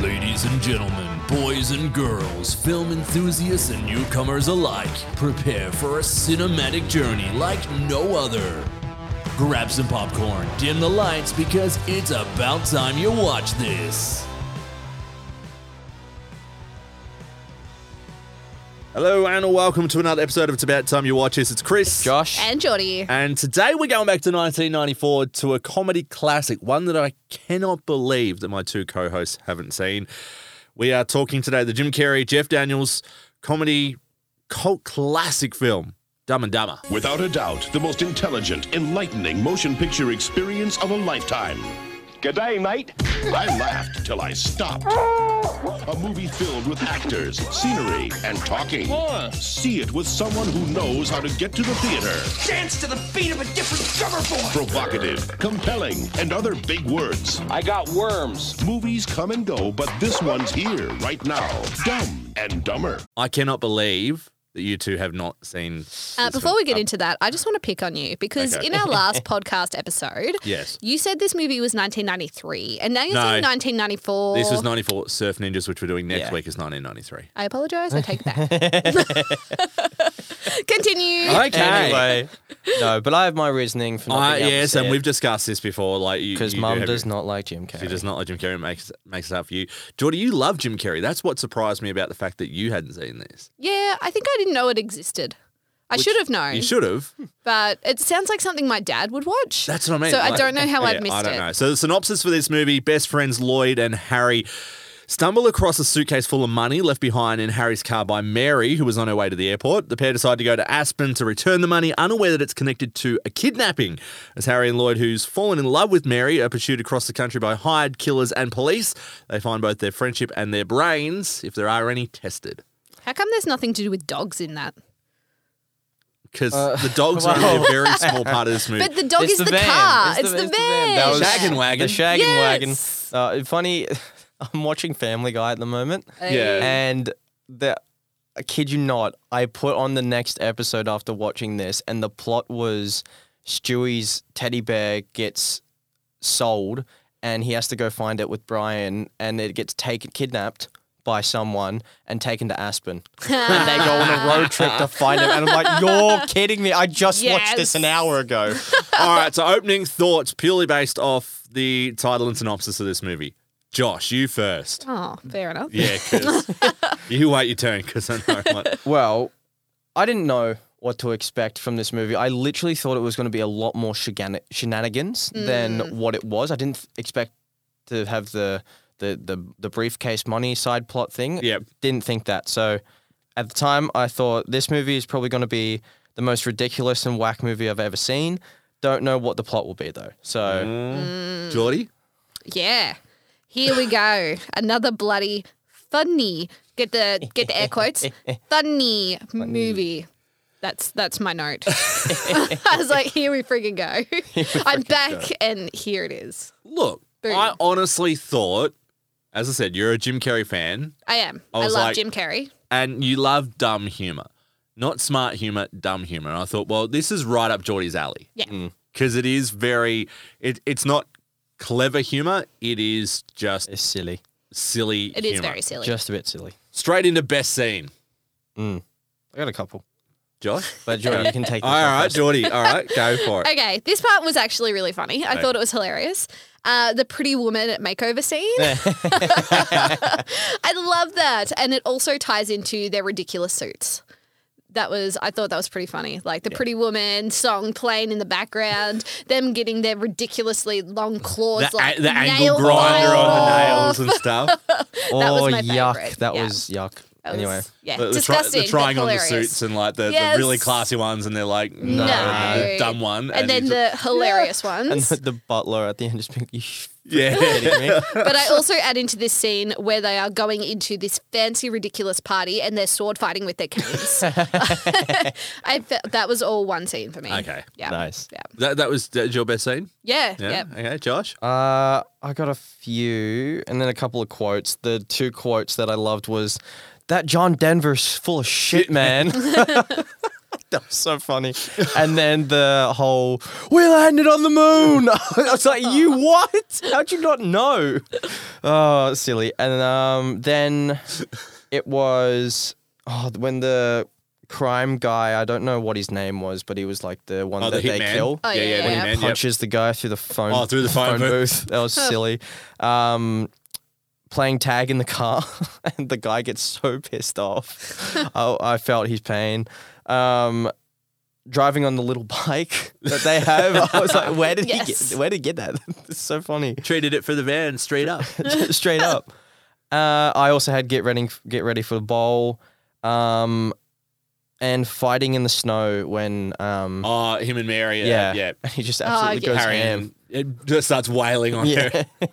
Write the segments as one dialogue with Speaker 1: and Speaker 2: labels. Speaker 1: Ladies and gentlemen, boys and girls, film enthusiasts and newcomers alike, prepare for a cinematic journey like no other. Grab some popcorn, dim the lights, because it's about time you watch this.
Speaker 2: Hello and welcome to another episode of It's About Time You Watch This. It's Chris.
Speaker 3: Josh.
Speaker 4: And Geordie.
Speaker 2: And today we're going back to 1994 to a comedy classic, one that I cannot believe that my two co hosts haven't seen. We are talking today the Jim Carrey, Jeff Daniels comedy cult classic film, Dumb and Dumber.
Speaker 5: Without a doubt, the most intelligent, enlightening motion picture experience of a lifetime.
Speaker 6: G'day, mate.
Speaker 5: I laughed till I stopped. A movie filled with actors, scenery, and talking. See it with someone who knows how to get to the theater.
Speaker 7: dance to the beat of a different drummer boy.
Speaker 5: Provocative, compelling, and other big words.
Speaker 6: I got worms.
Speaker 5: Movies come and go, but this one's here right now. Dumb and dumber.
Speaker 2: I cannot believe that you two have not seen.
Speaker 4: Uh,
Speaker 2: this
Speaker 4: before
Speaker 2: film.
Speaker 4: we get into that, I just want to pick on you because
Speaker 2: Um, Okay.
Speaker 4: in our last podcast episode,
Speaker 2: Yes.
Speaker 4: you said this movie was 1993, and now you're
Speaker 2: No.
Speaker 4: saying 1994.
Speaker 2: This was 94 Surf Ninjas, which we're doing next
Speaker 3: Yeah.
Speaker 2: week, is 1993.
Speaker 4: I apologize. I take that. Continue.
Speaker 3: Anyway, no, but I have my reasoning for not
Speaker 2: Uh,
Speaker 3: being able to
Speaker 2: yes,
Speaker 3: see
Speaker 2: and
Speaker 3: it,
Speaker 2: we've discussed this before. Like, you-
Speaker 3: because
Speaker 2: you do
Speaker 3: Mum
Speaker 2: have
Speaker 3: does
Speaker 2: your-
Speaker 3: not like Jim Carrey.
Speaker 2: She does not like Jim Carrey. Makes makes it up for you, Jordy. You love Jim Carrey. That's what surprised me about the fact that you hadn't seen this.
Speaker 4: Yeah, I think I didn't know it existed. I should have known,
Speaker 2: You should have.
Speaker 4: but it sounds like something my dad would watch.
Speaker 2: That's what I mean.
Speaker 4: So I
Speaker 2: Like-
Speaker 4: don't know how
Speaker 2: Yeah,
Speaker 4: I'd missed
Speaker 2: I don't
Speaker 4: it.
Speaker 2: know. So the synopsis for this movie: best friends Lloyd and Harry stumble across a suitcase full of money left behind in Harry's car by Mary, who was on her way to the airport. The pair decide to go to Aspen to return the money, unaware that it's connected to a kidnapping. As Harry and Lloyd, who's fallen in love with Mary, are pursued across the country by hired killers and police. They find both their friendship and their brains, if there are any, tested.
Speaker 4: How come there's nothing to do with dogs in that?
Speaker 2: Because the dogs are only a very small part of this movie.
Speaker 4: But the dog
Speaker 3: It's
Speaker 4: is
Speaker 3: the
Speaker 4: the,
Speaker 3: van.
Speaker 4: car.
Speaker 3: It's the- it's the van.
Speaker 4: van.
Speaker 3: That was-
Speaker 2: Shaggin' wagon.
Speaker 3: The shaggin'
Speaker 4: Yes.
Speaker 3: wagon. Uh, funny, I'm watching Family Guy at the moment,
Speaker 4: Uh,
Speaker 2: yeah.
Speaker 3: and the I kid you not, I put on the next episode after watching this, and the plot was Stewie's teddy bear gets sold, and he has to go find it with Brian, and it gets taken kidnapped by someone and taken to Aspen. and they go on a road trip to find him. And I'm like, you're kidding me. I just watched this an
Speaker 4: Yes.
Speaker 3: hour ago.
Speaker 2: All right, so opening thoughts purely based off the title and synopsis of this movie. Josh, you first.
Speaker 4: Oh, fair enough.
Speaker 2: Yeah, because you wait your turn because I know. What,
Speaker 3: Well, I didn't know what to expect from this movie. I literally thought it was going to be a lot more shegan- shenanigans than what it was. I didn't th- expect to have the, the the the briefcase money side plot thing.
Speaker 2: Yep.
Speaker 3: Didn't think that. So at the time, I thought this movie is probably going to be the most ridiculous and whack movie I've ever seen. Don't know what the plot will be though. So
Speaker 4: Mm.
Speaker 2: Geordie?
Speaker 4: Yeah. Here we go. Another bloody funny. Get the get the air quotes. Funny movie. That's that's my note. I was like, here we friggin' go. I'm back and here it is.
Speaker 2: Look,
Speaker 4: Boom.
Speaker 2: I honestly thought, as I said, you're a Jim Carrey fan
Speaker 4: I am.
Speaker 2: I
Speaker 4: I,
Speaker 2: was
Speaker 4: love
Speaker 2: like-
Speaker 4: Jim Carrey.
Speaker 2: and you love dumb humor, not smart humor, dumb humor. And I thought, well, this is right up Geordie's alley.
Speaker 4: Yeah.
Speaker 2: Because it is very, it, it's not clever humor, it is just
Speaker 3: it's silly,
Speaker 2: silly
Speaker 4: It is
Speaker 2: humor.
Speaker 4: very silly.
Speaker 3: just a bit silly.
Speaker 2: Straight into best scene.
Speaker 3: I got a couple,
Speaker 2: Josh?
Speaker 3: but Jordan, you can take. this
Speaker 2: All
Speaker 3: one
Speaker 2: right,
Speaker 3: first.
Speaker 2: Geordie. All right, go for it.
Speaker 4: Okay, this part was actually really funny. I thought it was hilarious. Uh, the pretty woman makeover scene. I love that. And it also ties into their ridiculous suits. That was, I thought that was pretty funny. Like the pretty woman song playing in the background, them getting their ridiculously long claws,
Speaker 2: The,
Speaker 4: like
Speaker 2: a- the angle
Speaker 4: nail
Speaker 2: grinder on the
Speaker 4: file.
Speaker 2: nails and stuff.
Speaker 3: Oh
Speaker 4: That was my
Speaker 3: yuck!
Speaker 4: favourite.
Speaker 3: That
Speaker 4: Yeah.
Speaker 3: was yuck.
Speaker 4: That was-
Speaker 3: anyway,
Speaker 4: yeah,
Speaker 2: The, the, tri- the
Speaker 4: disgusting. but
Speaker 2: trying on the
Speaker 4: hilarious.
Speaker 2: suits and like the, the
Speaker 4: Yes.
Speaker 2: really classy ones, and they're like, no,
Speaker 4: No.
Speaker 2: the dumb one.
Speaker 4: And, then
Speaker 2: you
Speaker 4: the hilarious
Speaker 3: and
Speaker 4: ones.
Speaker 3: the, the butler at the end just being, you sh-
Speaker 2: just- yeah.
Speaker 3: kidding me?
Speaker 4: But I also add into this scene where they are going into this fancy, ridiculous party and they're sword fighting with their canes. I felt that was all one scene for me.
Speaker 2: Okay.
Speaker 4: Yeah.
Speaker 3: nice.
Speaker 4: Yeah.
Speaker 2: That, that was that's your best scene?
Speaker 4: Yeah.
Speaker 2: Yeah.
Speaker 4: yeah.
Speaker 2: Okay, Josh?
Speaker 3: Uh, I got a few, and then a couple of quotes. The two quotes that I loved was that John Denver's full of shit, man. That was so funny. And then the whole, we landed on the moon. I was like, you what? How'd you not know? Oh, silly. And um, then it was oh, when the crime guy, I don't know what his name was, but he was like the one
Speaker 2: Oh, the
Speaker 3: that they
Speaker 2: hitman.
Speaker 3: kill.
Speaker 4: Oh,
Speaker 2: yeah, yeah,
Speaker 4: yeah,
Speaker 2: the
Speaker 4: yeah.
Speaker 2: hitman. yep.
Speaker 3: Punches the guy through the phone.
Speaker 2: Oh, through the phone booth.
Speaker 3: That was silly. Um, playing tag in the car, and the guy gets so pissed off. I, I felt his pain. Um, driving on the little bike that they have, I was like, "Where did he
Speaker 4: Yes.
Speaker 3: get? Where did he get that? it's so funny."
Speaker 2: Traded it for the van straight up.
Speaker 3: straight up. Uh, I also had get ready, get ready for the bowl, um, and fighting in the snow when, um,
Speaker 2: Oh, him and Mary. Yeah,
Speaker 3: yeah,
Speaker 2: yeah.
Speaker 3: he just
Speaker 4: yeah.
Speaker 3: absolutely goes
Speaker 2: Harry
Speaker 3: ham.
Speaker 2: and it just starts wailing on her.
Speaker 3: Yeah,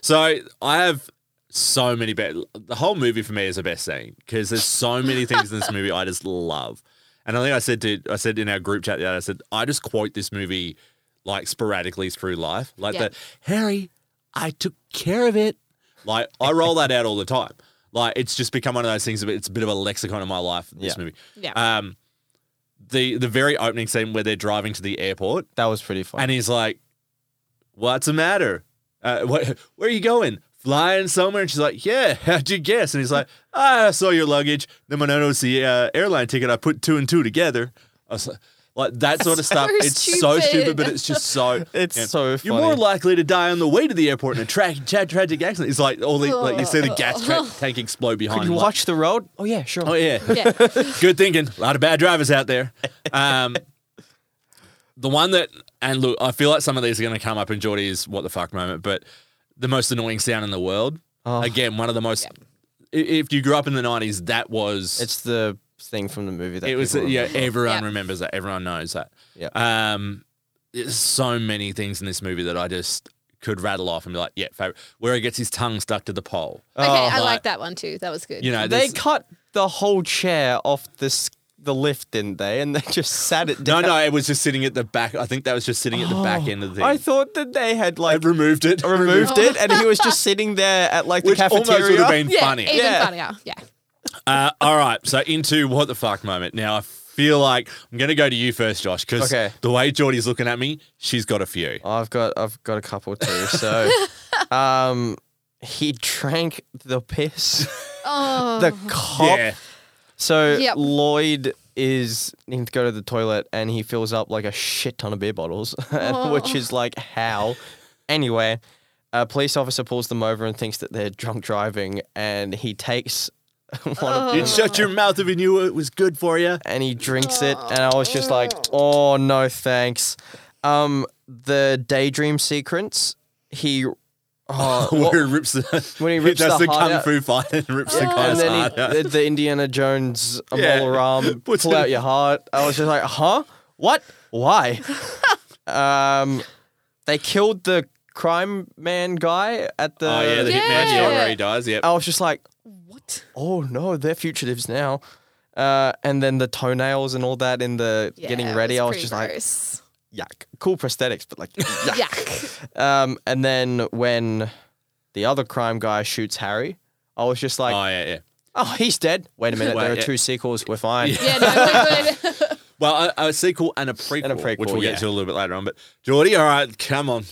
Speaker 2: So I have so many best. The whole movie for me is the best scene because there's so many things in this movie I just love. And I think I said to I said in our group chat the other day, I said I just quote this movie like sporadically through life, like
Speaker 4: Yeah.
Speaker 2: the Harry, I took care of it. Like I roll that out all the time. Like it's just become one of those things. of- It's a bit of a lexicon in my life. This
Speaker 3: Yeah.
Speaker 2: movie.
Speaker 4: Yeah.
Speaker 2: Um, the the very opening scene where they're driving to the airport
Speaker 3: that was pretty fun.
Speaker 2: and he's like, "What's the matter? Uh, what, where are you going? Flying somewhere?" And she's like, "Yeah, how'd you guess?" And he's like, "Ah, "I saw your luggage. Then when I noticed the uh, airline ticket, I put two and two together." I was like, like that sort of stuff.
Speaker 4: so
Speaker 2: It's so stupid,
Speaker 4: stupid.
Speaker 2: but it's just so.
Speaker 3: It's so
Speaker 2: You're more
Speaker 3: funny.
Speaker 2: likely to die on the way to the airport in a tra- tra- tragic accident. It's like all the like you see the gas tra- tank explode behind.
Speaker 3: Could you
Speaker 2: like-
Speaker 3: watch the road? Oh yeah, sure.
Speaker 2: Oh yeah.
Speaker 4: Yeah.
Speaker 2: Good thinking. A lot of bad drivers out there. Um, the one that, and look, I feel like some of these are going to come up in Geordie's what the fuck moment, but the most annoying sound in the world.
Speaker 3: Oh.
Speaker 2: Again, one of the most. i If you grew up in the nineties, that was
Speaker 3: It's the thing from the movie that
Speaker 2: it was uh,
Speaker 3: people
Speaker 2: yeah.
Speaker 3: remember.
Speaker 2: Everyone
Speaker 4: Yeah.
Speaker 2: remembers that. Everyone knows that.
Speaker 3: Yeah.
Speaker 2: Um, there's so many things in this movie that I just could rattle off and be like, yeah, favorite. Where he gets his tongue stuck to the pole.
Speaker 4: Okay, I
Speaker 2: like-
Speaker 4: like that one too. That was good.
Speaker 2: You know,
Speaker 3: Oh, They
Speaker 2: Uh, there's-
Speaker 3: cut the whole chair off this the lift, didn't they? And they just sat it
Speaker 2: No,
Speaker 3: down.
Speaker 2: no, it was just sitting at the back. I think that was just sitting at the back end of the.
Speaker 3: Oh, I thought that they had
Speaker 2: I
Speaker 3: like
Speaker 2: removed it.
Speaker 3: removed it, and he was just sitting there at like the
Speaker 2: Which almost
Speaker 3: cafeteria.
Speaker 2: would have been
Speaker 4: yeah,
Speaker 2: funny.
Speaker 4: even
Speaker 3: Yeah.
Speaker 4: funnier. Yeah.
Speaker 2: Uh, all right, so into what the fuck moment. Now I feel like I'm going to go to you first, Josh, because
Speaker 3: Okay.
Speaker 2: the way Geordie's looking at me, she's got a few.
Speaker 3: Oh, I've got I've got a couple too. So, um, he drank the piss.
Speaker 4: Oh,
Speaker 3: The cop.
Speaker 2: Yeah,
Speaker 3: So
Speaker 4: Yep.
Speaker 3: Lloyd is needing to go to the toilet, and he fills up like a shit ton of beer bottles, which is like how. Anyway, a police officer pulls them over and thinks that they're drunk driving, and he takes one of
Speaker 2: you'd shut your mouth if you knew it was good for you.
Speaker 3: and he drinks it, and I was just like, oh no, thanks. Um, the daydream sequence, he, oh,
Speaker 2: Where
Speaker 3: what-
Speaker 2: he rips the,
Speaker 3: when he rips
Speaker 2: does
Speaker 3: the
Speaker 2: the,
Speaker 3: heart
Speaker 2: kung
Speaker 3: out-
Speaker 2: fu fight and rips
Speaker 4: Oh.
Speaker 2: the
Speaker 3: and
Speaker 2: guy's
Speaker 3: then
Speaker 2: heart out.
Speaker 3: he, the, the Indiana Jones
Speaker 2: Yeah.
Speaker 3: molar arm,
Speaker 2: Puts
Speaker 3: pull
Speaker 2: it-
Speaker 3: out your heart. I was just like, huh, what, why? um, they killed the crime man guy at the. Oh
Speaker 2: Oh yeah, the
Speaker 4: Yeah.
Speaker 2: hitman shot where he dies. Yep.
Speaker 3: I was just like,
Speaker 4: what?
Speaker 3: oh no, they're fugitives now. Uh, and then the toenails and all that in the getting ready. I was just like, yuck. Cool prosthetics, but like yuck.
Speaker 4: like, yuck.
Speaker 3: Um, and then when the other crime guy shoots Harry, I was just like,
Speaker 2: oh yeah, yeah.
Speaker 3: oh, he's dead. Wait a minute, there
Speaker 2: Wait,
Speaker 3: are
Speaker 2: yeah.
Speaker 3: two sequels. We're fine.
Speaker 4: Yeah, no, we're good.
Speaker 2: Well, a, a sequel and a prequel,
Speaker 3: prequel,
Speaker 2: which we'll
Speaker 3: yeah.
Speaker 2: get to a little bit later on. But Geordie, all right, come on,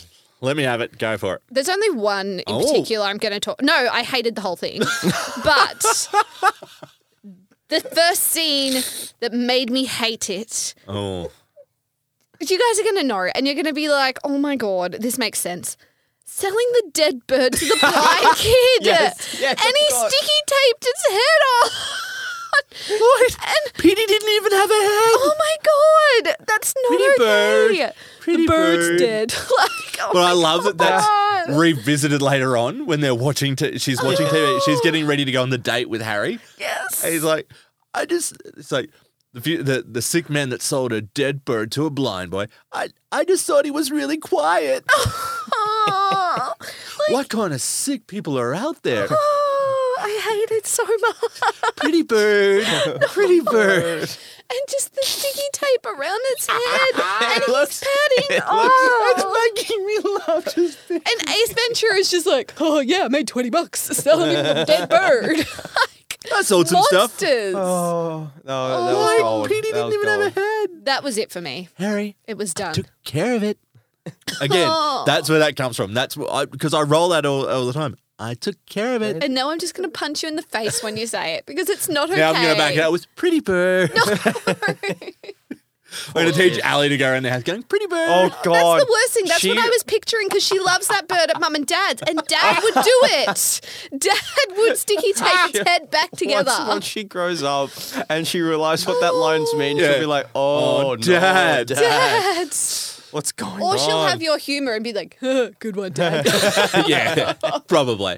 Speaker 2: let me have it. Go for it.
Speaker 4: There's only one in
Speaker 2: Oh.
Speaker 4: particular I'm going to talk. No, I hated the whole thing, but the first scene that made me hate it.
Speaker 2: Oh,
Speaker 4: You guys are going to know, and you're going to be like, "Oh my god, this makes sense." Selling the dead bird to the blind kid,
Speaker 3: Yes, yes,
Speaker 4: and
Speaker 3: I
Speaker 4: he
Speaker 3: forgot.
Speaker 4: sticky taped its head off. What? And
Speaker 2: Petey didn't even have a head.
Speaker 4: oh my god, that's not
Speaker 2: Pretty bird.
Speaker 4: okay.
Speaker 2: Pretty
Speaker 4: the bird's
Speaker 2: bird.
Speaker 4: dead. like, oh
Speaker 2: But I
Speaker 4: my
Speaker 2: love that
Speaker 4: God. Oh,
Speaker 2: that's revisited later on when they're watching. T- she's watching TV. She's getting ready to go on the date with Harry.
Speaker 4: yes.
Speaker 2: And he's like, I just. It's like the few- the the sick man that sold a dead bird to a blind boy. I I just thought he was really quiet.
Speaker 4: Oh.
Speaker 2: what kind of sick people are out there?
Speaker 4: Oh, I hate it so much.
Speaker 2: Pretty bird, pretty
Speaker 4: Oh
Speaker 2: bird.
Speaker 4: And just the sticky tape around its head. and
Speaker 3: It looks-
Speaker 4: it's padding. oh.
Speaker 3: It's making me laugh. Just think.
Speaker 4: And Ace Ventura is just like, oh, yeah, I made 20 bucks selling him a dead bird. like,
Speaker 2: I sold some stuff.
Speaker 4: Monsters.
Speaker 3: Oh, no, that was
Speaker 2: Like,
Speaker 3: gold.
Speaker 2: Petey
Speaker 3: That
Speaker 2: didn't
Speaker 3: was
Speaker 2: even have a
Speaker 3: gold.
Speaker 2: head.
Speaker 4: That was it for me.
Speaker 2: Harry
Speaker 4: It was done.
Speaker 2: took care of it. Again,
Speaker 4: Oh.
Speaker 2: that's where that comes from. That's what I because I roll that all, all the time. I took care of it.
Speaker 4: and now I'm just going to punch you in the face when you say it because it's not okay.
Speaker 2: Now I'm going to back it out with Pretty Bird. We're going to teach Ali to go around the house going, Pretty Bird.
Speaker 3: Oh God!
Speaker 4: That's the worst thing. That's
Speaker 3: She-
Speaker 4: what I was picturing because she loves that bird at mum and dad's, and dad would do it. Dad would sticky tape his head back
Speaker 3: Once,
Speaker 4: together.
Speaker 3: once she grows up and she realizes what that loans mean,
Speaker 2: Yeah.
Speaker 3: she'll be like, "Oh,
Speaker 2: Oh,
Speaker 3: no,
Speaker 2: Dad.
Speaker 3: Dad,
Speaker 4: Dad.
Speaker 3: what's going on?"
Speaker 4: Or she'll have your humor and be like, huh, "Good one, Dad."
Speaker 2: yeah, probably.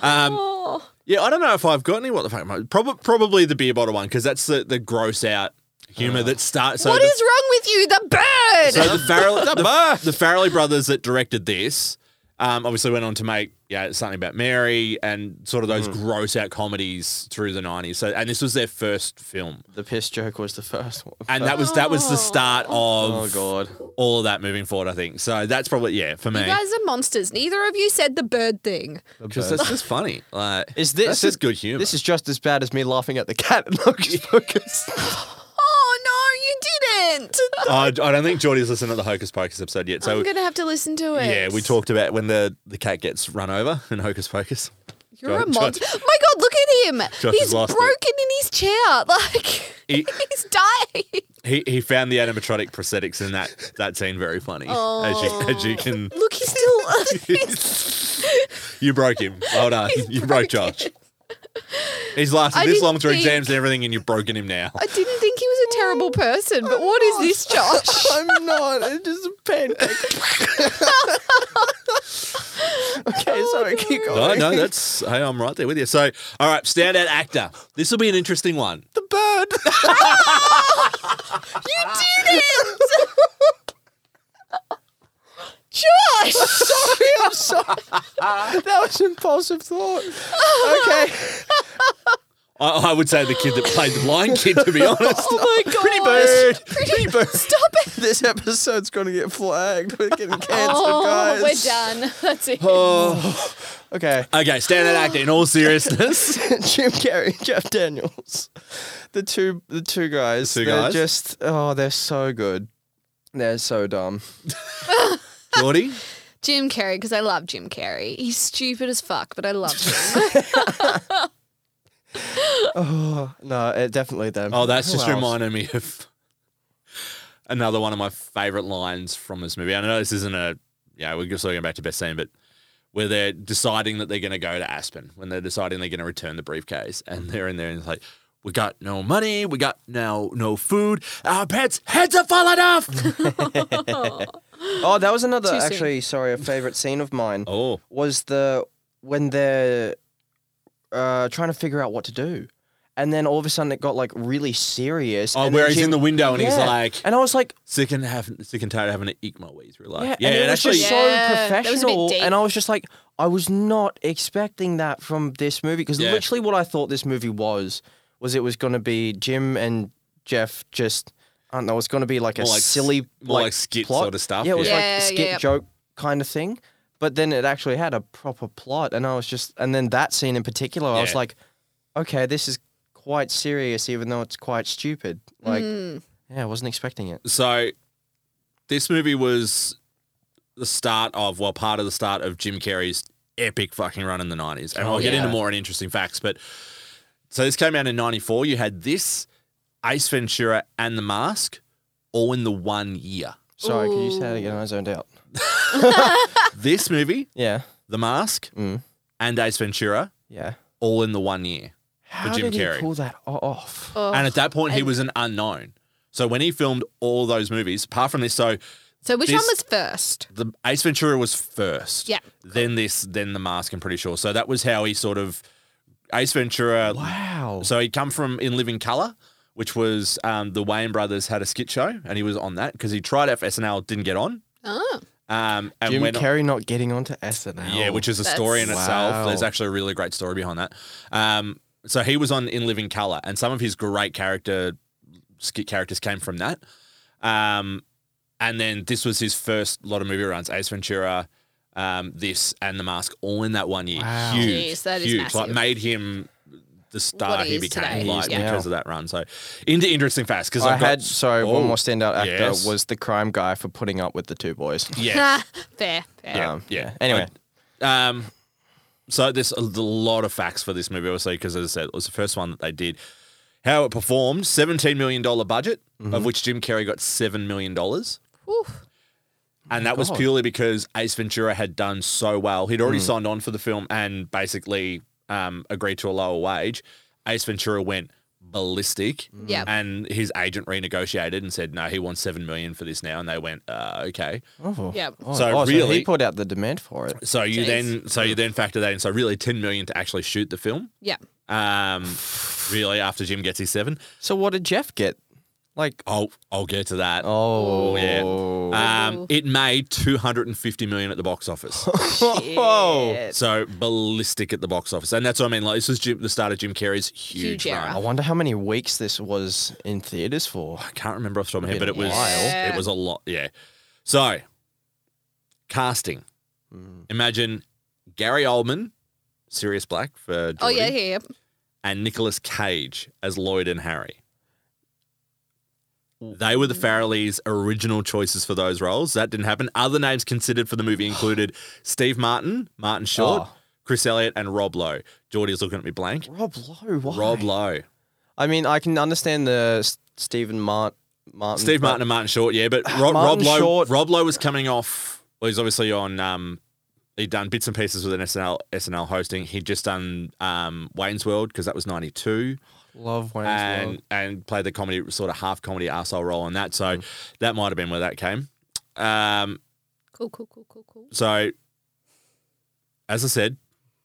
Speaker 2: Um,
Speaker 4: Oh.
Speaker 2: yeah, I don't know if I've got any. What the fuck? Probably, probably the beer bottle one because that's the, the gross out humor that starts. So
Speaker 4: what
Speaker 2: the,
Speaker 4: is wrong with you? The bird.
Speaker 2: So the Farrelly, the, the Farrelly brothers that directed this, um, obviously went on to make yeah something about Mary and sort of those gross out comedies through the nineties. So and this was their first film,
Speaker 3: The piss joke was the first one.
Speaker 2: and that was that was the start
Speaker 3: oh
Speaker 2: of
Speaker 3: God!
Speaker 2: all of that moving forward. I think so. That's probably yeah for me
Speaker 4: you guys are monsters. Neither of you said the bird thing.
Speaker 2: because that's just funny. Like
Speaker 3: Is this
Speaker 2: that's just good humor?
Speaker 3: This is just as bad as me laughing at the cat in Hocus Pocus.
Speaker 4: Oh no, you didn't.
Speaker 2: Oh, I I don't think Geordie's listened to the Hocus Pocus episode yet. So
Speaker 4: I'm gonna have to listen to it.
Speaker 2: yeah, we talked about when the the cat gets run over in Hocus Pocus.
Speaker 4: You're a
Speaker 2: Josh-
Speaker 4: monster. My God, look at him.
Speaker 2: Josh
Speaker 4: he's
Speaker 2: has lost it.
Speaker 4: broken in his chair. Like
Speaker 2: He-
Speaker 4: he's dying.
Speaker 2: He, he found the animatronic prosthetics in that, that scene very funny. As, you, as you can,
Speaker 4: Look, he's still.
Speaker 2: you broke him. Well done. you broke Josh. He's lasted
Speaker 4: I
Speaker 2: this
Speaker 4: didn't
Speaker 2: long through
Speaker 4: think-
Speaker 2: exams and everything, and you've broken him now.
Speaker 4: I didn't think he was a
Speaker 2: Oh,
Speaker 4: terrible person, but what is this, Josh?
Speaker 3: I'm not. It's just a pancake. okay, sorry. Keep
Speaker 2: Oh, No,
Speaker 3: going.
Speaker 2: no, that's hey, I'm right there with you. So, all right, standout actor. This will be an interesting one.
Speaker 3: the bird.
Speaker 4: you didn't. Josh,
Speaker 3: sorry, I'm Oh, sorry. that was impulsive thought. Okay.
Speaker 2: I, I would say the kid that played the blind kid, to be honest.
Speaker 4: oh my God, pretty
Speaker 3: Bird.
Speaker 4: pretty bird. Stop it.
Speaker 3: This episode's gonna get flagged. We're getting cancelled,
Speaker 4: Oh,
Speaker 3: guys.
Speaker 4: we're done. That's it.
Speaker 2: Oh.
Speaker 3: Okay.
Speaker 2: Okay, standout actor. In all seriousness,
Speaker 3: Jim Carrey, Jeff Daniels. The two the two guys.
Speaker 2: The two
Speaker 3: they're
Speaker 2: guys?
Speaker 3: just oh, they're so good. They're so dumb.
Speaker 2: Geordie.
Speaker 4: Jim Carrey, because I love Jim Carrey. He's stupid as fuck, but I love him.
Speaker 3: No, it, definitely them.
Speaker 2: Oh, that's
Speaker 3: Who
Speaker 2: just
Speaker 3: else?
Speaker 2: reminded me of another one of my favorite lines from this movie. I know this isn't a yeah, we're just going back to best scene, but where they're deciding that they're going to go to Aspen when they're deciding they're going to return the briefcase, and they're in there and it's like. We got no money. We got no no food. Our pets' heads are falling off.
Speaker 3: Oh, that was another
Speaker 4: Too soon.
Speaker 3: actually, sorry, a favorite scene of mine
Speaker 2: oh,
Speaker 3: was the when they're uh, trying to figure out what to do. And then all of a sudden it got like really serious.
Speaker 2: oh,
Speaker 3: and
Speaker 2: where
Speaker 3: then
Speaker 2: he's
Speaker 3: Jim-
Speaker 2: in the window and he's
Speaker 3: Yeah.
Speaker 2: like
Speaker 3: And I was like,
Speaker 2: sick and having sick and tired of having to eke my way through
Speaker 3: yeah,
Speaker 2: life.
Speaker 3: and it
Speaker 2: and
Speaker 3: was
Speaker 2: actually,
Speaker 3: just
Speaker 4: Yeah,
Speaker 3: so
Speaker 4: that was a bit
Speaker 3: professional.
Speaker 4: deep.
Speaker 3: And I was just like, I was not expecting that from this movie because
Speaker 2: Yeah.
Speaker 3: literally what I thought this movie was was it was going to be Jim and Jeff just I don't know, it's going to be like a
Speaker 2: More like s-
Speaker 3: silly
Speaker 2: more like
Speaker 3: like
Speaker 2: skit
Speaker 3: plot.
Speaker 2: sort of stuff,
Speaker 3: Yeah, it was
Speaker 2: yeah.
Speaker 3: like
Speaker 4: Yeah,
Speaker 3: a skit
Speaker 4: yeah.
Speaker 3: joke kind of thing. But then it actually had a proper plot, and I was just, and then that scene in particular, I was
Speaker 2: Yeah.
Speaker 3: like, okay, this is quite serious, even though it's quite stupid. Like,
Speaker 4: Mm.
Speaker 3: yeah, I wasn't expecting it.
Speaker 2: So this movie was the start of, well, part of the start of Jim Carrey's epic fucking run in the 90s. And I'll get
Speaker 3: Oh, yeah.
Speaker 2: into more interesting facts, but so this came out in 94. You had this, Ace Ventura, and The Mask all in the one year.
Speaker 3: Sorry, could you say that again? I zoned out.
Speaker 2: This movie,
Speaker 3: Yeah,
Speaker 2: The Mask,
Speaker 3: Mm.
Speaker 2: and Ace Ventura
Speaker 3: yeah.
Speaker 2: all in the one year.
Speaker 3: How
Speaker 2: Jim
Speaker 3: did
Speaker 2: Carrey.
Speaker 3: he pull that o- off?
Speaker 4: Oh.
Speaker 2: and at that point, he was an unknown. So when he filmed all those movies, apart from this, so
Speaker 4: so which one
Speaker 2: this-
Speaker 4: was first?
Speaker 2: the Ace Ventura was first.
Speaker 4: Yeah.
Speaker 2: Then this, then the mask. I'm pretty sure. So that was how he sort of Ace Ventura.
Speaker 3: Wow.
Speaker 2: So he'd come from In Living Color, which was um, the Wayne brothers had a skit show, and he was on that because he tried out for SNL, didn't get on.
Speaker 4: Oh,
Speaker 2: Um, and
Speaker 3: Jim
Speaker 2: went on-
Speaker 3: Carrey not getting onto SNL.
Speaker 2: yeah, which is a story in
Speaker 4: That's-
Speaker 2: itself.
Speaker 3: Wow.
Speaker 2: There's actually a really great story behind that. Um, so he was on In Living Color, and some of his great character skit characters came from that. Um, and then this was his first lot of movie runs: Ace Ventura, um, this, and The Mask, all in that one year.
Speaker 3: Wow.
Speaker 2: Huge,
Speaker 4: Jeez, that is
Speaker 2: huge. Like
Speaker 4: massive.
Speaker 2: made him the star
Speaker 4: What he
Speaker 2: he
Speaker 4: is
Speaker 2: became
Speaker 4: today.
Speaker 2: like
Speaker 4: Yeah.
Speaker 2: because of that run. So into interesting facts because
Speaker 3: I
Speaker 2: I've got-
Speaker 3: had so
Speaker 2: Oh,
Speaker 3: one more standout actor
Speaker 2: yes.
Speaker 3: was the crime guy for putting up with the two boys.
Speaker 2: yes.
Speaker 4: fair, fair.
Speaker 2: Yeah,
Speaker 3: Um,
Speaker 2: yeah.
Speaker 3: Anyway,
Speaker 2: Um, so there's a lot of facts for this movie, obviously, because as I said, it was the first one that they did. How it performed, seventeen million dollar budget, of which Jim Carrey got seven million dollars,
Speaker 4: Oof.
Speaker 2: and that was purely because Ace Ventura had done so well. He'd already signed on for the film and basically um, agreed to a lower wage. Ace Ventura went ballistic,
Speaker 4: Yep.
Speaker 2: and his agent renegotiated and said, "No, he wants seven million for this now," and they went, uh, "Okay."
Speaker 4: Yep.
Speaker 3: Oh,
Speaker 2: So
Speaker 3: oh,
Speaker 2: really-
Speaker 3: he put out the demand for it.
Speaker 2: So you
Speaker 4: Jeez.
Speaker 2: then, so you then factor that in. So really, ten million to actually shoot the film.
Speaker 4: Yep.
Speaker 2: Um, really, after Jim gets his seven,
Speaker 3: So what did Jeff get? Like
Speaker 2: I'll I'll get to that.
Speaker 3: oh
Speaker 2: yeah. Um,
Speaker 4: Ooh.
Speaker 2: it made two hundred and fifty million at the box office,
Speaker 4: Oh,
Speaker 3: Whoa.
Speaker 2: so ballistic at the box office, and that's what I mean. Like this was Jim, the start of Jim Carrey's huge,
Speaker 4: Huge era.
Speaker 2: run. Oh,
Speaker 3: I wonder how many weeks this was in theaters for.
Speaker 2: I can't remember off the top of my head, but
Speaker 3: Been
Speaker 2: it
Speaker 3: a
Speaker 2: was
Speaker 4: while.
Speaker 2: it was a lot. Yeah. So, casting.
Speaker 3: Hmm.
Speaker 2: Imagine Gary Oldman, Sirius Black for
Speaker 4: Oh yeah,
Speaker 2: Geordie,
Speaker 4: yeah, yeah.
Speaker 2: and Nicolas Cage as Lloyd and Harry. They were the Farrellys' original choices for those roles. That didn't happen. Other names considered for the movie included Steve Martin, Martin Short,
Speaker 3: Oh.
Speaker 2: Chris Elliott, and Rob Lowe. Geordie is looking at me blank.
Speaker 3: Rob Lowe. Why?
Speaker 2: Rob Lowe.
Speaker 3: I mean, I can understand the S- Stephen Mart- Martin.
Speaker 2: Steve
Speaker 3: but-
Speaker 2: Martin and Martin Short, yeah, but Rob, Rob
Speaker 3: Martin
Speaker 2: Lowe.
Speaker 3: Short-
Speaker 2: Rob Lowe was coming off. Well, he's obviously on. Um, he'd done bits and pieces with an SNL SNL hosting. He'd just done um, Wayne's World because that was ninety two,
Speaker 3: Love Wayne's
Speaker 2: and
Speaker 3: World.
Speaker 2: and played the comedy sort of half comedy arsehole role on that. So
Speaker 3: Mm.
Speaker 2: that might have been where that came. Um,
Speaker 4: Cool, cool, cool, cool, cool.
Speaker 2: so as I said,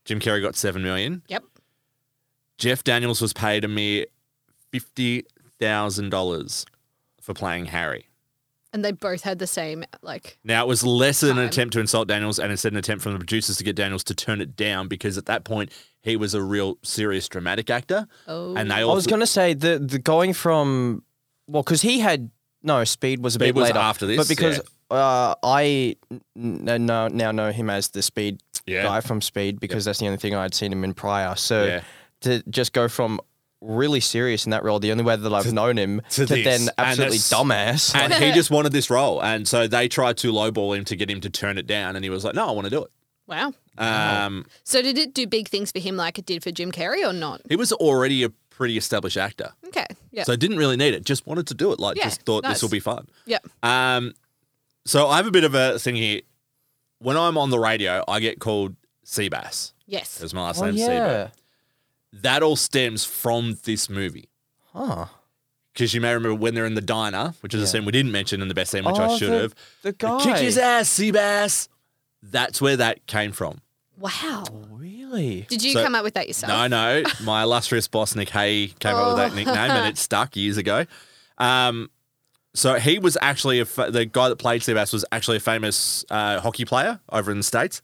Speaker 2: Jim Carrey got seven million.
Speaker 4: Yep.
Speaker 2: Jeff Daniels was paid a mere fifty thousand dollars for playing Harry.
Speaker 4: And they both had the same like.
Speaker 2: Now, it was less an
Speaker 4: Time.
Speaker 2: attempt to insult Daniels and instead an attempt from the producers to get Daniels to turn it down because at that point he was a real serious dramatic actor.
Speaker 4: Oh.
Speaker 2: And they
Speaker 3: I
Speaker 2: all
Speaker 3: was gonna say the the going from well, because he had no speed was a
Speaker 2: Speed
Speaker 3: bit
Speaker 2: was
Speaker 3: later
Speaker 2: after this,
Speaker 3: but because uh, I n- n- now now know him as the speed
Speaker 2: Yeah.
Speaker 3: guy from Speed because that's the only thing I'd seen him in prior. So
Speaker 2: Yeah.
Speaker 3: to just go from really serious in that role, the only way that I've known him
Speaker 2: to
Speaker 3: to,
Speaker 2: this.
Speaker 3: then
Speaker 2: And
Speaker 3: absolutely
Speaker 2: that's-
Speaker 3: dumbass.
Speaker 2: and he just wanted this role. And so they tried to lowball him to get him to turn it down. And he was like, no, I want to do it.
Speaker 4: Wow.
Speaker 3: Oh.
Speaker 2: Um,
Speaker 4: So did it do big things for him like it did for Jim Carrey or not?
Speaker 2: He was already a pretty established actor.
Speaker 4: Okay. Yeah.
Speaker 2: So didn't really need it. Just wanted to do it. Like,
Speaker 4: Yeah,
Speaker 2: just thought this
Speaker 4: nice.
Speaker 2: will be fun.
Speaker 4: yep.
Speaker 2: Um, so I have a bit of a thing here. When I'm on the radio, I get called Seabass.
Speaker 4: Yes.
Speaker 2: That's my last
Speaker 3: oh,
Speaker 2: name, Seabass.
Speaker 3: yeah.
Speaker 2: that all stems from this movie.
Speaker 3: Huh.
Speaker 2: Because you may remember when they're in the diner, which is a scene we didn't mention in the best scene, which I
Speaker 3: Oh,
Speaker 2: should
Speaker 3: the-
Speaker 2: have.
Speaker 3: the
Speaker 2: Kick
Speaker 3: guy.
Speaker 2: his ass, Seabass. That's where that came from.
Speaker 4: Wow.
Speaker 3: Really?
Speaker 4: Did you
Speaker 2: So-
Speaker 4: come up with that yourself?
Speaker 2: No, no. My illustrious boss, Nick Hay, came up with that nickname and it stuck years ago. Um, so he was actually a fa- the guy that played Seabass was actually a famous uh, hockey player over in the States.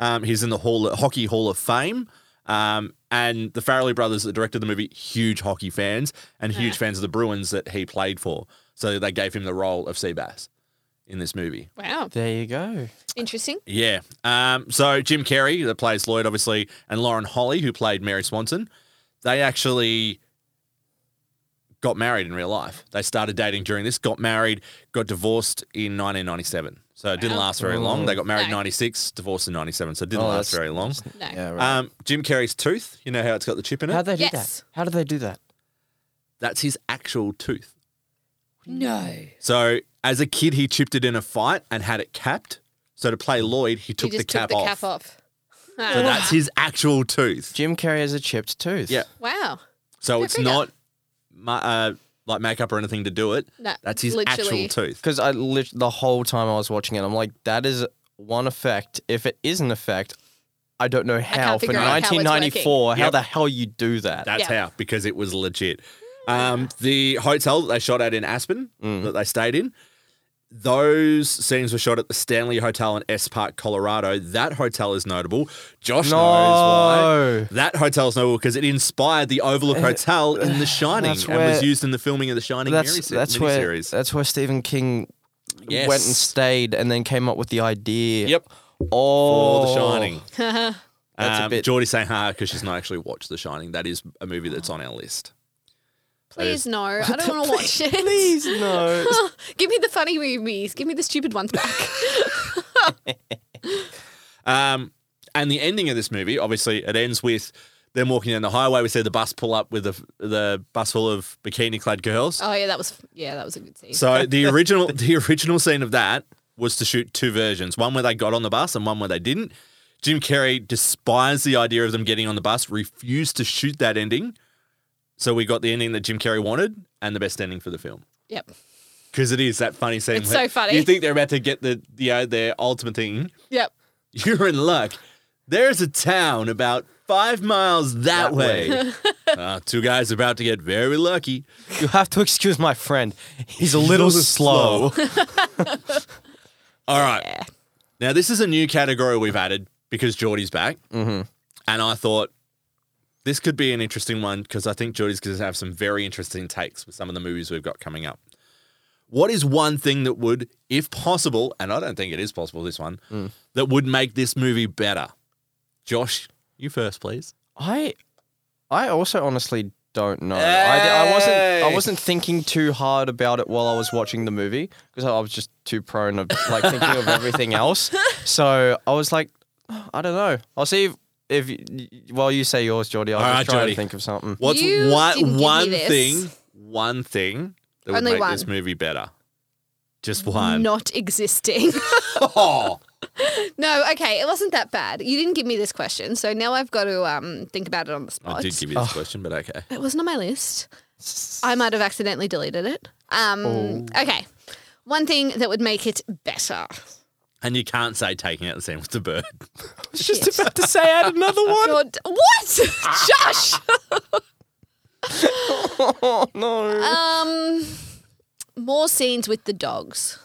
Speaker 2: Um, he's in the Hall Hockey Hall of Fame. Um, and the Farrelly brothers that directed the movie, huge hockey fans and huge fans of the Bruins that he played for. So they gave him the role of Seabass in this movie.
Speaker 4: Wow.
Speaker 3: There you go.
Speaker 4: Interesting.
Speaker 2: Yeah. Um, so Jim Carrey, that plays Lloyd, obviously, and Lauren Holly, who played Mary Swanson, they actually got married in real life. They started dating during this, got married, got divorced in 1997. So it didn't
Speaker 4: Wow.
Speaker 2: last very long. They got married in
Speaker 4: No.
Speaker 2: 96, divorced in 97. So it didn't
Speaker 3: Oh,
Speaker 2: last
Speaker 3: that's-
Speaker 2: very long.
Speaker 4: No.
Speaker 3: Yeah, right.
Speaker 2: Um, Jim Carrey's tooth, you know how it's got the chip in it?
Speaker 3: How they do
Speaker 4: Yes.
Speaker 3: that? How do they do that?
Speaker 2: That's his actual tooth.
Speaker 4: No.
Speaker 2: So as a kid, he chipped it in a fight and had it capped. So to play Lloyd, he
Speaker 4: You
Speaker 2: took, the,
Speaker 4: just
Speaker 2: cap
Speaker 4: took the
Speaker 2: off.
Speaker 4: cap off.
Speaker 2: So
Speaker 4: Ah,
Speaker 2: that's his actual tooth.
Speaker 3: Jim Carrey has a chipped tooth.
Speaker 2: Yeah.
Speaker 4: wow.
Speaker 2: So
Speaker 4: Go
Speaker 2: it's
Speaker 4: figure.
Speaker 2: not ma- uh, like makeup or anything to do it.
Speaker 4: No,
Speaker 2: That's his
Speaker 4: literally.
Speaker 2: actual tooth.
Speaker 3: Because I lit- the whole time I was watching it, I'm like, that is one effect. If it is an effect, I don't know how for
Speaker 4: figure out how it's working.
Speaker 3: 1994 how,
Speaker 2: Yep.
Speaker 3: the hell you do that.
Speaker 2: That's
Speaker 4: Yeah.
Speaker 2: how, because it was legit. Um, the hotel that they shot at in Aspen,
Speaker 3: Mm.
Speaker 2: that they stayed in, those scenes were shot at the Stanley Hotel in S Park, Colorado. That hotel is notable. Josh
Speaker 3: No.
Speaker 2: knows why. That hotel is notable because it inspired the Overlook Hotel in The Shining
Speaker 3: Eh, that's
Speaker 2: and was
Speaker 3: where-
Speaker 2: used in the filming of The Shining
Speaker 3: that's
Speaker 2: miniseries.
Speaker 3: that's where uh,
Speaker 2: miniseries.
Speaker 3: that's where Stephen King
Speaker 2: Yes.
Speaker 3: went and stayed, and then came up with the idea.
Speaker 2: Yep. For
Speaker 3: Oh,
Speaker 2: The Shining.
Speaker 3: That's a
Speaker 2: um,
Speaker 3: bit-
Speaker 2: Geordie saying ha because she's not actually watched The Shining. That is a movie that's on our list.
Speaker 4: Please no, I don't want to watch it.
Speaker 3: Please no.
Speaker 4: Give me the funny movies. Give me the stupid ones back.
Speaker 2: Um, and the ending of this movie, obviously, it ends with them walking down the highway. We see the bus pull up with the the bus full of bikini clad girls.
Speaker 4: Oh yeah, that was yeah, that was a good scene.
Speaker 2: So the original the original scene of that was to shoot two versions, one where they got on the bus and one where they didn't. Jim Carrey despised the idea of them getting on the bus, refused to shoot that ending. So we got the ending that Jim Carrey wanted and the best ending for the film.
Speaker 4: yep.
Speaker 2: Because it is that funny scene.
Speaker 4: It's
Speaker 2: where
Speaker 4: so funny.
Speaker 2: You think they're about to get the, you know, their ultimate thing.
Speaker 4: Yep.
Speaker 2: You're in luck. There's a town about five miles that, way. Uh, two guys about to get very lucky.
Speaker 3: you have to excuse my friend. He's a little slow.
Speaker 2: All right. Now this is a new category we've added because Geordie's back, mm-hmm. and I thought this could be an interesting one because I think Geordie's going to have some very interesting takes with some of the movies we've got coming up. What is one thing that would, if possible, and I don't think it is possible, this one
Speaker 3: Mm.
Speaker 2: that would make this movie better? Josh, you first, please.
Speaker 3: I I also honestly don't know. I, di- I wasn't I
Speaker 2: Hey!
Speaker 3: wasn't thinking too hard about it while I was watching the movie because I was just too prone of like thinking of everything else. So I was like, I don't know. I'll see if, if while you say yours, Geordie, I'll
Speaker 2: All
Speaker 3: just
Speaker 2: right,
Speaker 3: try
Speaker 2: Geordie.
Speaker 3: to think of something.
Speaker 2: What's
Speaker 4: You didn't
Speaker 2: one
Speaker 4: give me
Speaker 2: one
Speaker 4: this.
Speaker 2: thing? One thing that would
Speaker 4: Only
Speaker 2: make this
Speaker 4: one.
Speaker 2: movie better. Just one.
Speaker 4: Not existing.
Speaker 2: Oh.
Speaker 4: no, okay, it wasn't that bad. You didn't give me this question, so now I've got to um think about it on the spot.
Speaker 2: I did give you this question, but okay.
Speaker 4: It wasn't on my list. I might have accidentally deleted it. Um, Okay. One thing that would make it better.
Speaker 2: And you can't say taking out the sand with the bird.
Speaker 3: I was just about to say add another one.
Speaker 4: God, what? Josh!
Speaker 3: Oh no.
Speaker 4: Um, more scenes with the dogs.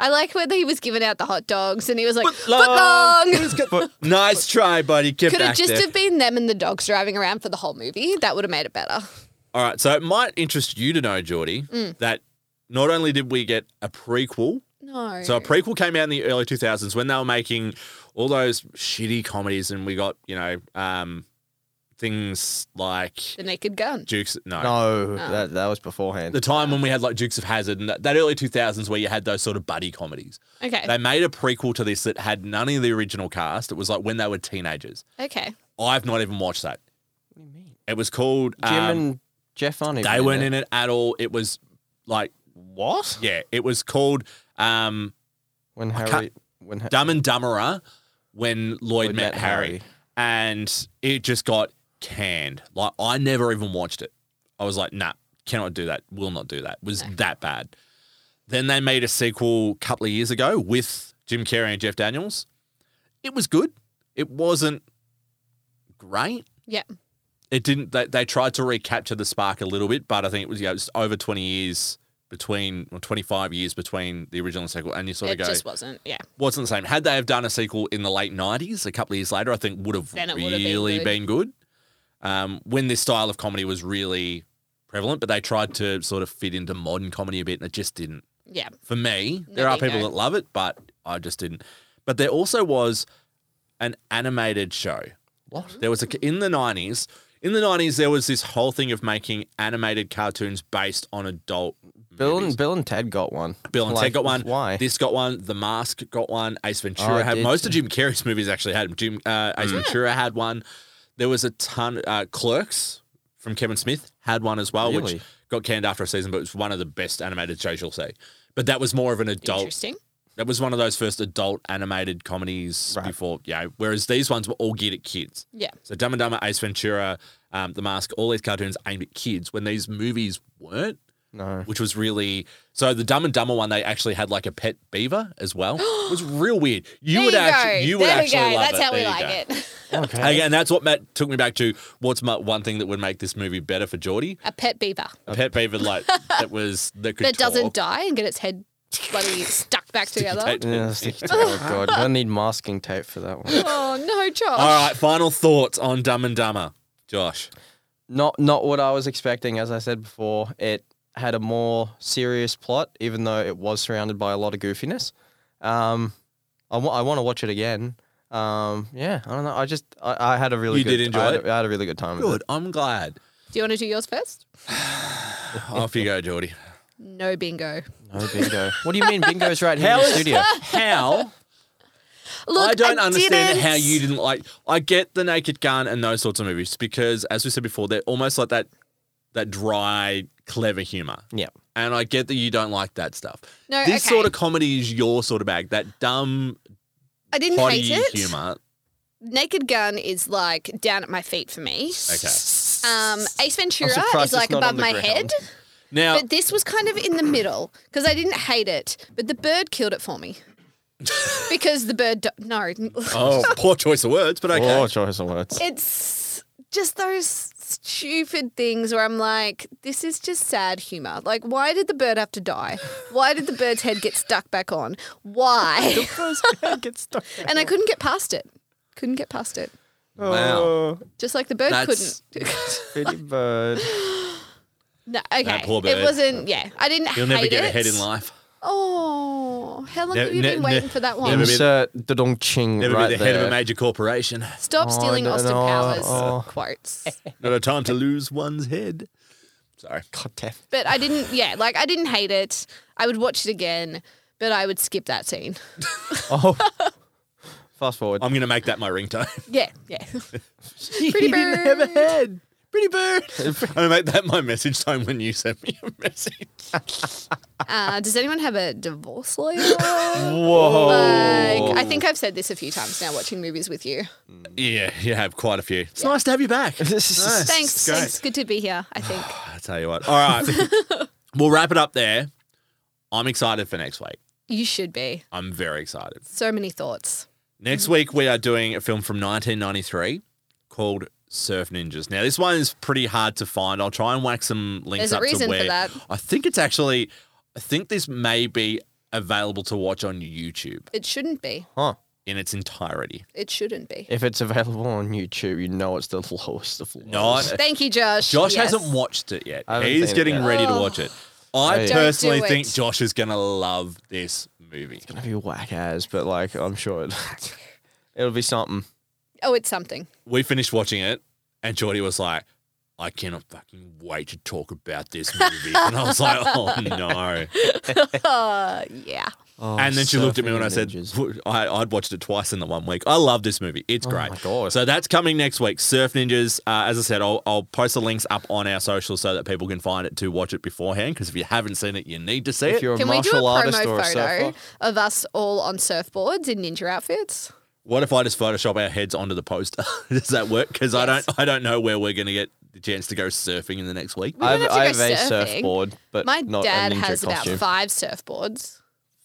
Speaker 4: I like when he was giving out the hot dogs and he was like, "But long."
Speaker 2: nice try, buddy. Get
Speaker 4: Could
Speaker 2: back
Speaker 4: it just
Speaker 2: there.
Speaker 4: have been them and the dogs driving around for the whole movie? That would have made it better.
Speaker 2: All right. So it might interest you to know, Geordie,
Speaker 4: Mm.
Speaker 2: that not only did we get a prequel,
Speaker 4: No.
Speaker 2: so a prequel came out in the early 2000s when they were making all those shitty comedies, and we got, you know, um, things like
Speaker 4: the Naked Gun.
Speaker 2: Dukes. No.
Speaker 3: no, that that was beforehand.
Speaker 2: The time when we had like Dukes of Hazard and that, that early 2000s where you had those sort of buddy comedies.
Speaker 4: Okay.
Speaker 2: They made a prequel to this that had none of the original cast. It was like when they were teenagers.
Speaker 4: okay.
Speaker 2: I've not even watched that. It was called.
Speaker 3: Jim
Speaker 2: um,
Speaker 3: and Jeff aren't even
Speaker 2: they weren't
Speaker 3: it.
Speaker 2: in it at all. It was like
Speaker 3: What?
Speaker 2: yeah, it was called um,
Speaker 3: When
Speaker 2: can't-
Speaker 3: Harry when ha-
Speaker 2: Dumb and Dumberer when Lloyd,
Speaker 3: Lloyd
Speaker 2: met,
Speaker 3: met
Speaker 2: Harry.
Speaker 3: Harry.
Speaker 2: and it just got canned. Like I never even watched it. I was like, nah, cannot do that. Will not do that. It was that bad. Then they made a sequel a couple of years ago with Jim Carrey and Jeff Daniels. It was good. It wasn't great.
Speaker 4: Yeah.
Speaker 2: it didn't they, they tried to recapture the spark a little bit but i think it was you know, it's over 20 years between or 25 years between the original and sequel and you sort of
Speaker 4: It
Speaker 2: go
Speaker 4: just wasn't. Yeah.
Speaker 2: wasn't the same had they have done a sequel in the late 90s a couple of years later i think would have
Speaker 4: Then it would have been
Speaker 2: really
Speaker 4: good.
Speaker 2: been good, Um, when this style of comedy was really prevalent but they tried to sort of fit into modern comedy a bit and it just didn't
Speaker 4: Yeah.
Speaker 2: for me.
Speaker 4: No,
Speaker 2: There are
Speaker 4: they
Speaker 2: people
Speaker 4: don't.
Speaker 2: that love it, but I just didn't. But there also was an animated show. What? There was a in the nineties. In the nineties, there was this whole thing of making animated cartoons based on adult.
Speaker 3: Bill
Speaker 2: movies.
Speaker 3: and Bill and Ted got one.
Speaker 2: Bill and
Speaker 3: Like,
Speaker 2: Ted got one.
Speaker 3: Why?
Speaker 2: This got one. The Mask got one. Ace
Speaker 3: Oh,
Speaker 2: Ventura
Speaker 3: it
Speaker 2: had
Speaker 3: did.
Speaker 2: most of Jim Carrey's movies actually had Jim. Uh, Ace Ventura had one. There was a ton. Uh, Clerks from Kevin Smith had one as well, which
Speaker 3: Really?
Speaker 2: got canned after a season, but it was one of the best animated shows you'll see. But that was more of an adult
Speaker 4: Interesting.
Speaker 2: that was one of those first adult animated comedies
Speaker 3: Right.
Speaker 2: before, yeah. Whereas these ones were all geared at kids.
Speaker 4: Yeah.
Speaker 2: So Dumb and Dumber, Ace Ventura, um, The Mask, all these cartoons aimed at kids when these movies weren't,
Speaker 3: no.
Speaker 2: which was really. So the Dumb and Dumber one, they actually had like a pet beaver as well. it was real weird. You
Speaker 4: there
Speaker 2: would
Speaker 4: you
Speaker 2: actually,
Speaker 4: go.
Speaker 2: you would
Speaker 4: there
Speaker 2: actually
Speaker 4: we go.
Speaker 2: love
Speaker 4: That's
Speaker 2: it.
Speaker 4: how we
Speaker 2: There you
Speaker 4: like
Speaker 2: go.
Speaker 4: it.
Speaker 3: Okay.
Speaker 2: Again, that's what Matt took me back to. What's my, one thing that would make this movie better for Geordie?
Speaker 4: A pet beaver
Speaker 2: A pet beaver like that was that could
Speaker 4: that doesn't
Speaker 2: talk.
Speaker 4: die and get its head bloody stuck back together.
Speaker 2: Tape.
Speaker 3: Yeah, stick it to- oh god, I need masking tape for that one.
Speaker 4: Oh no, Josh.
Speaker 2: All right, final thoughts on Dumb and Dumber, Josh.
Speaker 3: Not not what I was expecting. As I said before, it had a more serious plot, even though it was surrounded by a lot of goofiness. Um, I want I want to watch it again. Um, yeah, I don't know. I just I, I had a really
Speaker 2: You
Speaker 3: good
Speaker 2: did enjoy
Speaker 3: I had,
Speaker 2: it?
Speaker 3: A, I had a really good time. with
Speaker 2: Good. I'm glad.
Speaker 4: Do you want to do yours first?
Speaker 2: Off you go, Geordie.
Speaker 4: No bingo.
Speaker 3: it. No bingo. what do you mean bingo's right here in the studio?
Speaker 2: How?
Speaker 4: Look,
Speaker 2: I don't understand
Speaker 4: didn't-
Speaker 2: how you didn't like. I get the Naked Gun and those sorts of movies because, as we said before, they're almost like that that dry, clever humor.
Speaker 3: Yep.
Speaker 2: And I get that you don't like that stuff.
Speaker 4: No,
Speaker 2: this
Speaker 4: Oh, okay.
Speaker 2: sort of comedy is your sort of bag. That dumb,
Speaker 4: I didn't
Speaker 2: potty
Speaker 4: hate it.
Speaker 2: humor.
Speaker 4: Naked Gun is like down at my feet for me.
Speaker 2: Okay.
Speaker 4: Um, Ace Ventura
Speaker 3: surprised
Speaker 4: is
Speaker 3: it's
Speaker 4: like
Speaker 3: not
Speaker 4: above
Speaker 3: on the
Speaker 4: my
Speaker 3: ground.
Speaker 4: head,
Speaker 2: Now,
Speaker 4: but this was kind of in the middle because I didn't hate it, but the bird killed it for me. because the bird, do- no,
Speaker 2: oh, poor choice of words, but okay.
Speaker 3: Oh, choice of words.
Speaker 4: it's just those stupid things where I'm like, this is just sad humor. Like, why did the bird have to die? Why did the bird's head get stuck back on? Why?
Speaker 3: Get stuck.
Speaker 4: and I couldn't get past it. Couldn't get past it.
Speaker 2: Wow.
Speaker 4: Just like the bird
Speaker 2: That's-
Speaker 4: Oh. couldn't.
Speaker 3: Pretty bird.
Speaker 4: no, okay.
Speaker 2: poor
Speaker 4: It
Speaker 2: bird.
Speaker 4: wasn't. Yeah, I didn't.
Speaker 2: You'll
Speaker 4: hate
Speaker 2: never get
Speaker 4: it.
Speaker 2: ahead in life.
Speaker 4: Oh, how long
Speaker 2: Ne-
Speaker 4: have you
Speaker 2: ne-
Speaker 4: been
Speaker 2: ne-
Speaker 4: waiting for that one?
Speaker 2: never been-
Speaker 3: Insert the dong ching
Speaker 2: Never
Speaker 3: right
Speaker 2: be the
Speaker 3: there.
Speaker 2: head of a major corporation.
Speaker 4: Stop stealing
Speaker 3: Oh, no,
Speaker 4: Austin
Speaker 3: no,
Speaker 4: Powers
Speaker 3: oh.
Speaker 4: quotes.
Speaker 2: Not a time to lose one's head. Sorry.
Speaker 3: God damn.
Speaker 4: But I didn't. Yeah, like I didn't hate it. I would watch it again, but I would skip that scene.
Speaker 3: Oh. Fast forward.
Speaker 2: I'm going to make that my ringtone.
Speaker 4: Yeah, yeah. Pretty bird.
Speaker 2: head. Pretty bird. I'm gonna make that my message time when you send me a message.
Speaker 4: Uh, does anyone have a divorce lawyer?
Speaker 3: Whoa.
Speaker 4: Like, I think I've said this a few times now watching movies with you.
Speaker 2: Yeah, you have quite a few. It's nice to have you back. Nice.
Speaker 4: Thanks.
Speaker 2: Great.
Speaker 4: Thanks. Good to be here, I think.
Speaker 2: I tell you what. All right, we'll wrap it up there. I'm excited for next week.
Speaker 4: You should be.
Speaker 2: I'm very excited.
Speaker 4: So many thoughts.
Speaker 2: Next week we are doing a film from 1993 called Surf Ninjas. Now this one is pretty hard to find. I'll try and whack some links
Speaker 4: There's a
Speaker 2: up
Speaker 4: reason
Speaker 2: to
Speaker 4: for
Speaker 2: where.
Speaker 4: that.
Speaker 2: I think it's actually. I think this may be available to watch on YouTube
Speaker 4: It shouldn't be.
Speaker 3: Huh.
Speaker 2: in its entirety.
Speaker 4: It shouldn't be.
Speaker 3: If it's available on YouTube, you know it's the lowest of lows.
Speaker 2: Not
Speaker 4: Thank you, Josh.
Speaker 2: Josh
Speaker 4: Yes.
Speaker 2: hasn't watched it yet.
Speaker 3: I haven't
Speaker 2: He's
Speaker 3: seen it
Speaker 2: getting
Speaker 3: yet.
Speaker 2: ready to watch it. I
Speaker 3: Don't do
Speaker 2: personally
Speaker 4: it.
Speaker 2: think Josh is going to love this movie.
Speaker 3: gonna be whack ass, but like I'm sure it, it'll be something.
Speaker 4: Oh, it's something.
Speaker 2: We finished watching it, and Geordie was like, I cannot fucking wait to talk about this movie. and I was like, oh no.
Speaker 4: Uh, yeah.
Speaker 2: and then she
Speaker 3: Oh,
Speaker 2: looked at me when I said, "W- I, would watched it twice in the one week. I love this movie. It's great.
Speaker 3: Oh my God.
Speaker 2: So that's coming next week. Surf Ninjas. Uh, as I said, I'll, I'll post the links up on our socials so that people can find it to watch it beforehand. Because if you haven't seen it, you need to see
Speaker 3: "If
Speaker 2: it.
Speaker 3: you're a
Speaker 4: Can we do a
Speaker 3: martial
Speaker 4: promo
Speaker 3: artist or
Speaker 4: photo
Speaker 3: a surfer,
Speaker 4: of us all on surfboards in ninja outfits?
Speaker 2: What if I just Photoshop our heads onto the poster? Does that work? Because I
Speaker 4: Yes.
Speaker 2: don't, I don't know where we're going to get the chance to go surfing in the next week.
Speaker 4: We don't
Speaker 3: I've,
Speaker 4: have to
Speaker 3: I
Speaker 4: go
Speaker 3: have a
Speaker 4: surfing.
Speaker 3: surfboard, but
Speaker 4: My
Speaker 3: not
Speaker 4: dad
Speaker 3: a ninja
Speaker 4: has
Speaker 3: costume.
Speaker 4: about five surfboards.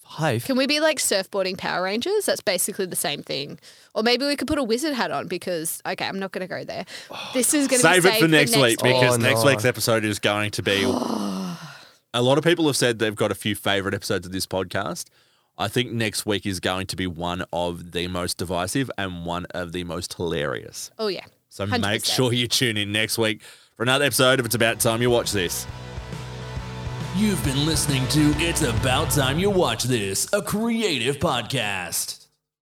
Speaker 3: five.
Speaker 4: Can we be like surfboarding Power Rangers? That's basically the same thing. Or maybe we could put a wizard hat on because okay, I'm not going to go there. This is going to
Speaker 2: Oh, Save
Speaker 4: be
Speaker 2: it for next, week because
Speaker 3: Oh,
Speaker 2: next
Speaker 3: no.
Speaker 2: week's episode is going to be. a lot of people have said they've got a few favorite episodes of this podcast. I think next week is going to be one of the most divisive and one of the most hilarious.
Speaker 4: Oh yeah.
Speaker 2: So
Speaker 4: 100%.
Speaker 2: make sure you tune in next week for another episode of It's About Time You Watch This.
Speaker 1: You've been listening to It's About Time You Watch This, a creative podcast.